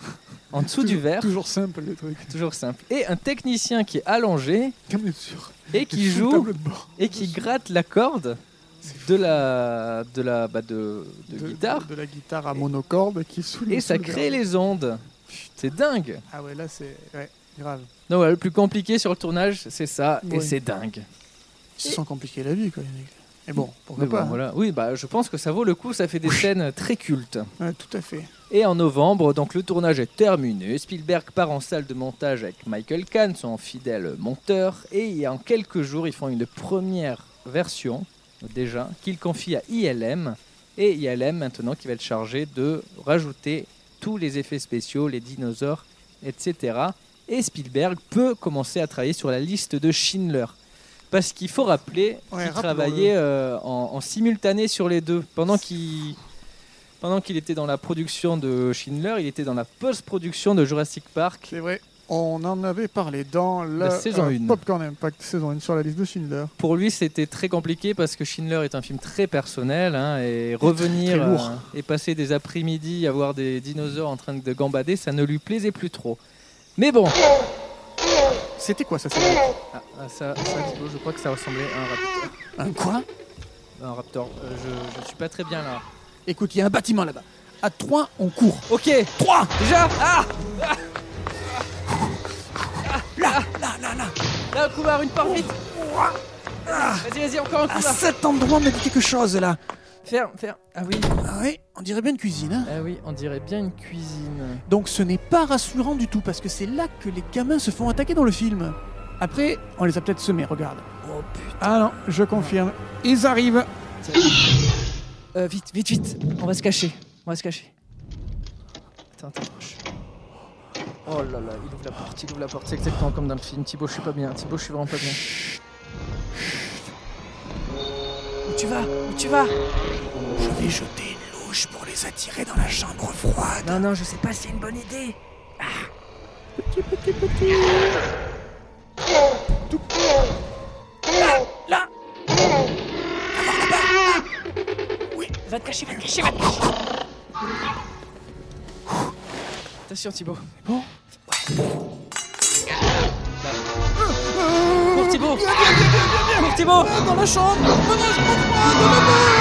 A: en dessous du verre.
B: Toujours simple, le truc.
A: Toujours simple. Et un technicien qui est allongé
B: Bien sûr.
A: et qui
B: Sous le
A: joue
B: tableau de bord.
A: et qui gratte la corde de la de la bah, de, de guitare
B: De la guitare à monocorde qui soulève.
A: et ça crée les ondes. C'est dingue.
B: Ah ouais, là c'est ouais, grave.
A: Donc voilà, le plus compliqué sur le tournage, c'est ça et
B: Ouais.
A: c'est dingue.
B: Ils se sont compliqués la vie, quoi, les mecs. Mais bon, pourquoi
A: Mais bon,
B: pas hein.
A: voilà. Oui, bah je pense que ça vaut le coup, ça fait des scènes très cultes.
B: Ouais, tout à fait.
A: Et en novembre, donc le tournage est terminé. Spielberg part en salle de montage avec Michael Kahn, son fidèle monteur. Et en quelques jours, ils font une première version, déjà, qu'il confie à ILM. Et ILM, maintenant, qui va être chargé de rajouter tous les effets spéciaux, les dinosaures, etc. Et Spielberg peut commencer à travailler sur la liste de Schindler. Parce qu'il faut rappeler
B: Ouais,
A: qu'il
B: rappelons-le.
A: travaillait euh, en, en simultané sur les deux. Pendant qu'il pendant qu'il était dans la production de Schindler, il était dans la post-production de Jurassic Park.
B: C'est vrai. On en avait parlé dans la, euh,
A: La saison une.
B: Popcorn Impact saison 1 sur la liste de Schindler.
A: Pour lui, c'était très compliqué parce que Schindler est un film très personnel hein, et revenir
B: très lourd.
A: euh, et passer des après-midi à voir des dinosaures en train de gambader, ça ne lui plaisait plus trop. Mais bon,
B: C'était quoi ça saison
A: Ah, ah, ça, ça, Thibaut, je crois que ça ressemblait à un raptor.
B: Un quoi
A: Un raptor. Euh, je, je suis pas très bien là.
B: Écoute, il y a un bâtiment là-bas. À 3, on court.
A: Ok,
B: 3
A: déjà, ah,
B: Là, là, là, là
A: Ah. là, un couloir, une porte vite. Vas-y, vas-y, encore un
B: À
A: couloir.
B: cet endroit, on a dit quelque chose là.
A: Ferme, ferme. Ah oui,
B: Ah ouais, on dirait bien une cuisine. hein.
A: ah oui, on dirait bien une cuisine.
B: Donc ce n'est pas rassurant du tout parce que c'est là que les gamins se font attaquer dans le film. Après, on les a peut-être semés, regarde.
A: Oh putain.
B: Ah non, je confirme. Ils arrivent.
A: Euh, vite, vite, vite. On va se cacher. On va se cacher. Attends, attends. chut. Oh là là, il ouvre la porte, il ouvre la porte. C'est exactement comme dans le film. Thibaut, je suis pas bien. Thibaut, je suis vraiment pas bien. Où tu vas Où tu vas
B: Je vais jeter une louche pour les attirer dans la chambre froide.
A: Non, non, je sais pas si c'est une bonne idée.
B: Là
A: Va te cacher, va te cacher, va te cacher. Attention, Thibaut.
B: Bon
A: Thibaut
B: Viens, viens, viens, viens, viens, viens.
A: Cours, Thibaut
B: Ah, Dans la chambre Menace pour moi de la mort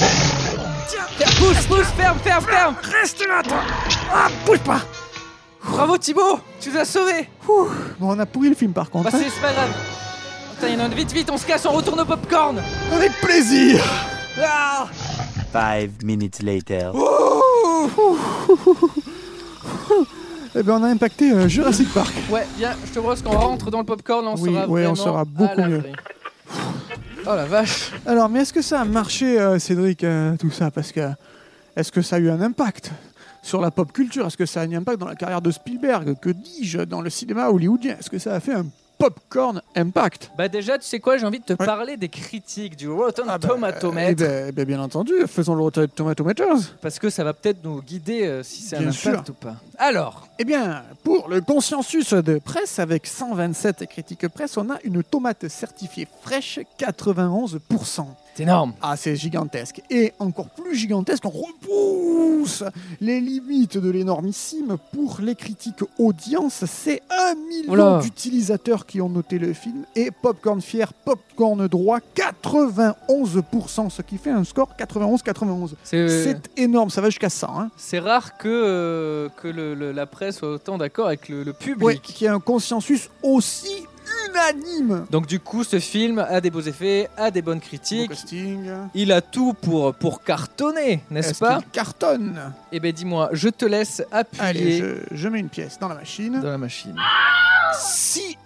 A: Ferme, Pousse, pousse, ferme, ferme, ferme
B: Reste là, toi Ah, bouge pas
A: Bravo Thibaut Tu nous as sauvés
B: Ouh. Bon, on a pourri le film, par
A: Bah
B: contre. hein.
A: c'est c'est pas grave Putain, y'en a un- vite, vite, on se casse, on retourne au popcorn
B: Avec plaisir
A: ah
I: Five minutes later.
B: Eh ben, on a impacté euh, Jurassic Park.
A: Ouais, viens, je te propose qu'on rentre dans le popcorn, là, on
B: Oui,
A: sera
B: ouais, on
A: vraiment
B: sera beaucoup
A: à l'abri.
B: mieux.
A: Oh la vache
B: Alors, mais est-ce que ça a marché, euh, Cédric, euh, tout ça Parce que est-ce que ça a eu un impact sur la pop culture Est-ce que ça a un impact dans la carrière de Spielberg Que dis-je dans le cinéma hollywoodien Est-ce que ça a fait un popcorn impact
A: Bah déjà, tu sais quoi, j'ai envie de te
B: Ouais.
A: parler des critiques du Rotten
B: Eh
A: Tomatometer,
B: ben, eh ben, bien entendu, faisons le retour de Tomatometers.
A: parce que ça va peut-être nous guider euh, si c'est un
B: Bien
A: impact
B: sûr.
A: ou pas. Alors,
B: Eh bien, pour le consensus de presse, avec 127 critiques presse, on a une tomate certifiée fraîche, 91%.
A: c'est énorme
B: Ah, c'est gigantesque. Et encore plus gigantesque, on repousse les limites de l'énormissime pour les critiques audience. C'est un million
A: Oula.
B: d'utilisateurs qui ont noté le film. Et Popcorn Fier, Popcorn Droit, 91%, ce qui fait un score 91-91.
A: C'est euh,
B: C'est énorme, ça va jusqu'à 100. Hein.
A: c'est rare que, euh, que le- le- la presse soit autant d'accord avec le, le public.
B: Ouais, qui a un consensus aussi unanime.
A: Donc du coup, ce film a des beaux effets, a des bonnes
B: Bon
A: critiques.
B: casting.
A: Il a tout pour, pour cartonner, n'est-ce
B: Est-ce
A: pas
B: qu'il cartonne
A: Eh ben dis-moi, je te laisse appuyer
B: Allez, je, je mets une pièce dans la machine.
A: dans la machine.
B: 6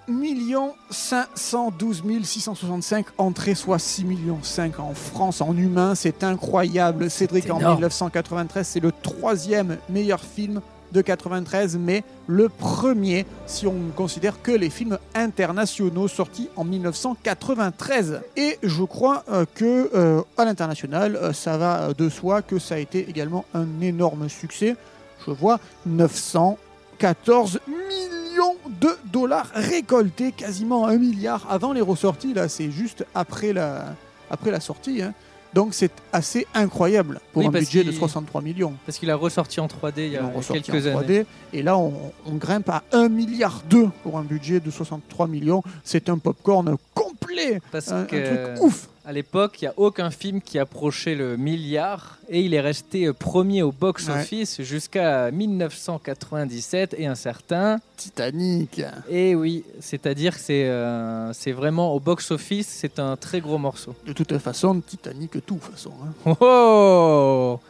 B: 512 665 entrées, soit 6 millions 5 en France en humain. C'est incroyable. Cédric,
A: C'est
B: en
A: énorme.
B: 1993, c'est le troisième meilleur film de 93, mais le premier si on considère que les films internationaux sortis en 1993. Et je crois euh, que euh, à l'international, euh, ça va de soi que ça a été également un énorme succès. Je vois 900 14 millions de dollars récoltés, quasiment un milliard avant les ressorties. Là, c'est juste après la, après la sortie. hein. Donc, c'est assez incroyable pour
A: Oui,
B: un
A: parce
B: budget de
A: qu'ils-
B: 63 millions.
A: Parce qu'il a ressorti en 3D il y
B: Ils
A: a
B: l'ont ressorti
A: quelques
B: en 3D,
A: années.
B: Et là, on, on grimpe à 1 milliard 2 pour un budget de 63 millions. C'est un popcorn complet. hein,
A: Parce
B: Un, un
A: que
B: truc ouf.
A: à l'époque, il n'y a aucun film qui approchait le milliard et il est resté euh, premier au box-office jusqu'à 1997 et un certain.
B: Titanic. hein.
A: Et oui, c'est-à-dire que c'est euh, c'est vraiment au box-office, c'est un très gros morceau.
B: De toute façon, Titanic, tout, de toute façon. hein.
A: Oh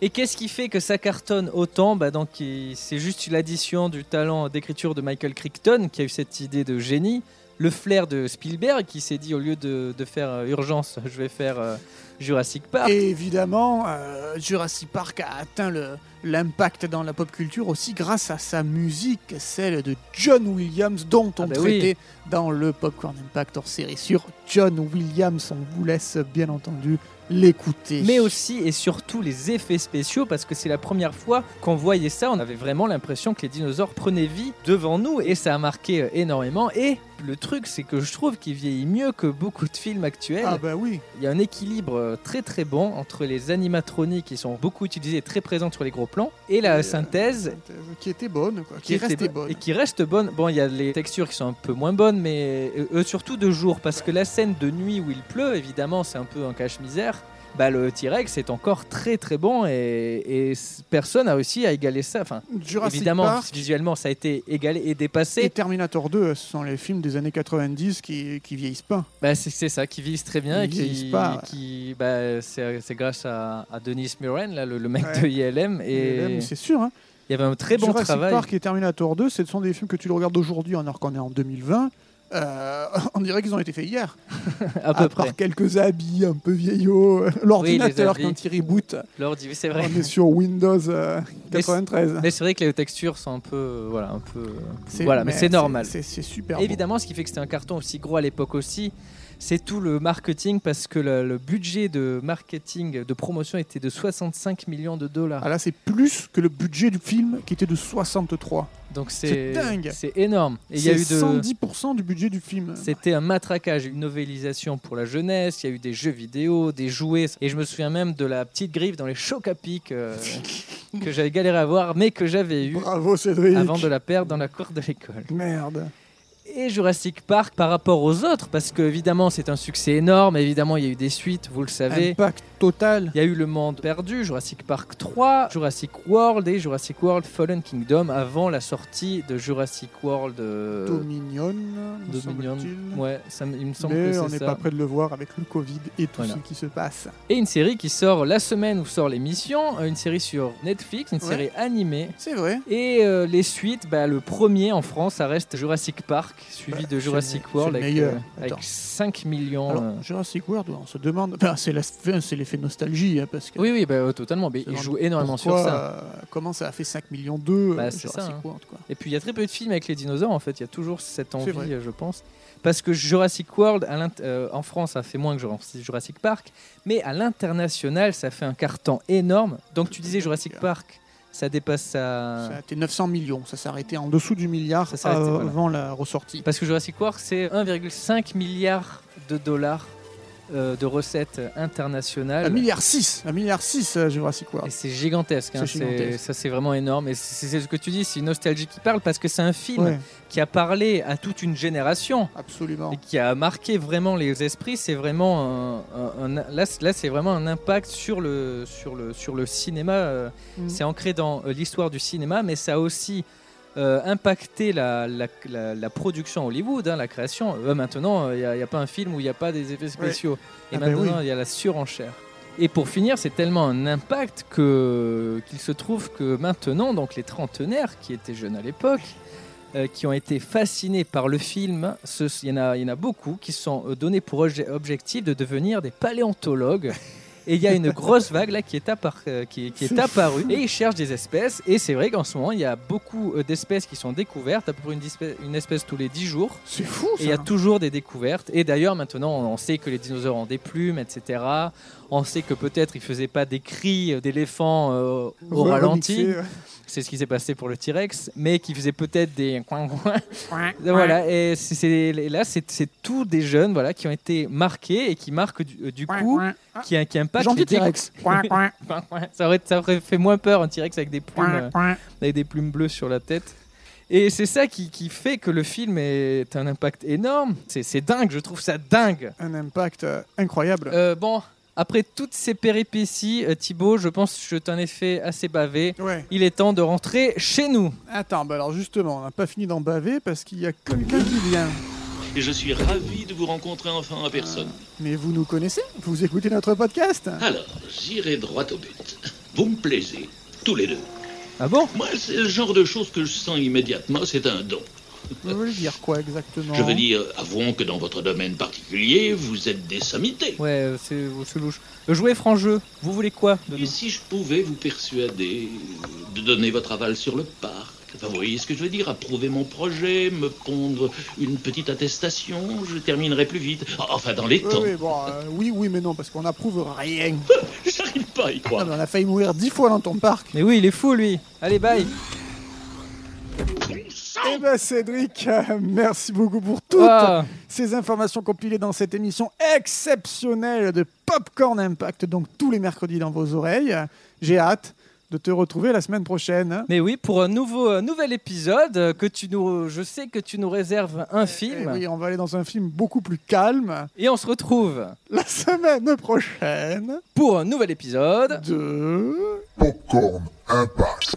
A: et qu'est-ce qui fait que ça cartonne autant bah, donc, il- C'est juste l'addition du talent d'écriture de Michael Crichton qui a eu cette idée de génie, le flair de Spielberg qui s'est dit au lieu de, de faire euh, Urgence, je vais faire euh, Jurassic Park.
B: Et évidemment, euh, Jurassic Park a atteint le- l'impact dans la pop culture aussi grâce à sa musique, celle de John Williams, dont on
A: Ah bah
B: traitait dans le Popcorn Impact hors série sur John Williams. On vous laisse bien entendu l'écouter.
A: Mais aussi et surtout les effets spéciaux parce que c'est la première fois qu'on voyait ça, on avait vraiment l'impression que les dinosaures prenaient vie devant nous et ça a marqué euh, énormément. Et le truc c'est que je trouve qu'il vieillit mieux que beaucoup de films actuels.
B: Ah bah oui.
A: Il y a un équilibre euh, très très bon entre les animatroniques qui sont beaucoup utilisées et très présentes sur les gros plans et la
B: Et, euh,
A: synthèse
B: Qui était bonne, quoi. Qui,
A: était
B: restait
A: bo-
B: bonne.
A: et qui reste bonne. Bon, il y a les textures qui sont un peu moins bonnes, mais euh, euh, surtout de jour parce que la scène de nuit où il pleut, évidemment, c'est un peu en cache-misère. Bah, le T-Rex est encore très très bon et, et s- personne a réussi à égaler ça. Enfin,
B: Jurassic
A: évidemment,
B: Park
A: visuellement, ça a été égalé et dépassé.
B: et Terminator 2, ce sont les films des années 90 qui, qui vieillissent pas.
A: Bah, c'est c'est ça, qui vise très bien
B: Ils
A: et qui,
B: vieillissent pas, ouais.
A: qui- bah, c'est c'est grâce à, à Denis Muren, là, le, le mec
B: Ouais.
A: de ILM, et
B: Et là, mais C'est sûr, hein.
A: il y avait un très bon
B: Jurassic
A: travail.
B: Park et Terminator 2, ce sont des films que tu le regardes aujourd'hui alors qu'on est en 2020. Euh, [laughs] on dirait qu'ils ont été faits hier.
A: à peu
B: à
A: près.
B: part quelques habits un peu vieillots. euh, L'ordinateur
A: Oui, les habits.
B: quand il reboot, euh,
A: Lord dit, oui, c'est
B: on
A: vrai.
B: est sur Windows euh,
A: Mais c'est-
B: 93.
A: [laughs] Mais c'est vrai que les textures sont un peu, euh, voilà, un peu,
B: C'est-
A: voilà, mais c'est normal.
B: C'est c'est super. beau.
A: Évidemment, ce qui fait que c'était un carton aussi gros à l'époque aussi, c'est tout le marketing parce que le, le budget de marketing de promotion était de 65 millions de dollars.
B: Ah là, c'est plus que le budget du film qui était de 63.
A: Donc
B: C'est
A: c'est
B: dingue.
A: C'est énorme. Et il y a
B: C'est
A: eu de
B: 110% du budget du film.
A: C'était un matraquage, une novélisation pour la jeunesse, il y a eu des jeux vidéo, des jouets, et je me souviens même de la petite griffe dans les chocs à pic
B: [laughs]
A: euh, que j'avais galéré à voir, mais que j'avais eu
B: Bravo Cédric.
A: avant de la perdre dans la cour de l'école.
B: Merde.
A: Et Jurassic Park par rapport aux autres, parce que évidemment c'est un succès énorme, évidemment il y a eu des suites, vous le savez.
B: Impact total.
A: Il y a eu Le Monde Perdu, Jurassic Park 3, Jurassic World et Jurassic World Fallen Kingdom avant la sortie de Jurassic World euh,
B: Dominion. me
A: Dominion.
B: semble-t-il.
A: Ouais, ça me- il me semble
B: Mais
A: que
B: on
A: c'est
B: n'est
A: ça.
B: pas près de le voir avec le Covid et tout
A: Voilà.
B: ce qui se passe.
A: Et une série qui sort la semaine où sort l'émission, euh, une série sur Netflix, une
B: Ouais.
A: série animée.
B: C'est vrai.
A: Et euh, les suites, bah, le premier en France, ça reste Jurassic Park, suivi
B: Bah,
A: de
B: c'est
A: Jurassic
B: le-
A: World
B: c'est le
A: avec,
B: meilleur.
A: euh, avec
B: Attends.
A: 5 millions.
B: Alors,
A: euh.
B: Jurassic World, on se demande. Enfin, c'est la- enfin, c'est l'effet nostalgie, hein, parce que.
A: Oui, oui, bah, euh, totalement. Mais
B: se
A: ils
B: demande
A: jouent énormément
B: pourquoi,
A: sur ça.
B: euh, comment ça a fait 5 millions d'eux
A: Bah,
B: euh,
A: c'est
B: Jurassic
A: ça, hein.
B: World, quoi.
A: Et puis il y a très peu de films avec les dinosaures en fait. Il y a toujours cette envie,
B: vrai.
A: euh, je pense. Parce que Jurassic World à l'int- euh, en France a fait moins que Jurassic- Jurassic Park, mais à l'international ça fait un carton énorme. Donc tu disais Jurassic Park, ça dépasse sa.
B: Ça a été 900 millions, ça s'est arrêté en dessous du milliard
A: Ça s'est arrêté,
B: euh,
A: voilà.
B: avant la ressortie.
A: Parce que Jurassic World, c'est 1,5 milliard de dollars euh, de recettes internationales.
B: Un milliard 6, un milliard 6 euh, Jurassic
A: Ah, Et
B: World.
A: c'est gigantesque, hein,
B: C'est gigantesque.
A: c'est- ça c'est vraiment énorme. Et c'est c'est ce que tu dis, c'est une nostalgie qui parle parce que c'est un film
B: Ouais,
A: qui a parlé à toute une génération et
B: absolument.
A: qui a marqué vraiment les esprits. C'est vraiment un, un- un- là, c'est- là, c'est vraiment un impact sur le sur le sur le cinéma. euh,
B: Mhm.
A: C'est ancré dans euh, l'histoire du cinéma, mais ça a aussi euh, impacté la, la, la- la production Hollywood, hein, la création. Euh, maintenant, il n'y a, pas un film où il n'y a pas des effets spéciaux. Et
B: Ah ben
A: maintenant, il y a la surenchère. Et pour finir, c'est tellement un impact que qu'il se trouve que maintenant, donc les trentenaires qui étaient jeunes à l'époque, euh, qui ont été fascinés par le film, ce- il y, en a- il y en a beaucoup qui se sont euh, donnés pour obje- objectif de devenir des paléontologues. Et il y a une grosse vague là qui est, appar- euh, qui, qui est apparue et ils cherchent des espèces. Et c'est vrai qu'en ce moment, il y a beaucoup euh, d'espèces qui sont découvertes, à peu près une, dispé- une espèce tous les 10 jours.
B: C'est fou
A: Et
B: ça.
A: il y a toujours des découvertes. Et d'ailleurs, maintenant, on on sait que les dinosaures ont des plumes, etc. On sait que peut-être ils faisaient pas des cris d'éléphants euh, au
B: Ouais, euh,
A: ralenti.
B: remixé, ouais.
A: C'est ce qui s'est passé pour le T-Rex, mais qui faisait peut-être des [laughs] coin coin. voilà, et c'est- c'est- et là, c'est c'est tous des jeunes voilà, qui ont été marqués et qui marquent du, euh, du coup, qui, qui impactent
B: J'en
A: les
B: dis T-Rex.
A: Coin, coin. ça, aurait, ça aurait fait moins peur un T-Rex avec des plumes, euh, avec des plumes bleues sur la tête. Et c'est ça qui, qui fait que le film est un impact énorme. C'est c'est dingue, je trouve ça dingue.
B: Un impact euh, incroyable.
A: Euh, bon, après toutes ces péripéties, euh, Thibaut, je pense que je t'en ai fait assez bavé.
B: Ouais.
A: Il est temps de rentrer chez nous.
B: Attends, bah alors justement, on n'a pas fini d'en baver parce qu'il y a quelqu'un qui vient.
H: Et je suis ravi de vous rencontrer enfin en personne.
B: Mais vous nous connaissez Vous écoutez notre podcast
H: Alors, j'irai droit au but. Vous me plaisez, tous les deux.
A: Ah bon
H: Moi, c'est le genre de choses que je sens immédiatement, c'est un don.
B: [laughs] Vous voulez dire quoi exactement
H: Je veux dire, avouons que dans votre domaine particulier, vous êtes des sommités.
A: Ouais, euh, c'est euh, c'est louche. Euh, Jouez franc jeu, vous voulez quoi de
H: Et
A: nous
H: si je pouvais vous persuader euh, de donner votre aval sur le parc Enfin, vous voyez ce que je veux dire Approuver mon projet, me pondre une petite attestation, je terminerai plus vite. Enfin, dans les
B: Oui,
H: temps.
B: oui, bon, euh, oui, oui, mais non, parce qu'on n'approuve rien.
H: [laughs] J'arrive pas à y
B: Ah,
H: croire.
B: mais on a failli mourir dix fois dans ton parc.
A: Mais oui, il est fou lui. Allez, bye.
B: Eh ben Cédric, euh, merci beaucoup pour toutes
A: Ah.
B: ces informations compilées dans cette émission exceptionnelle de Popcorn Impact, donc tous les mercredis dans vos oreilles. J'ai hâte de te retrouver la semaine prochaine.
A: Mais oui, pour un nouveau, un nouvel épisode euh, que tu nous, je sais que tu nous réserves un
B: Eh
A: film.
B: oui, on va aller dans un film beaucoup plus calme
A: Et on se retrouve
B: la semaine prochaine
A: pour un nouvel épisode.
B: de...
E: Popcorn Impact.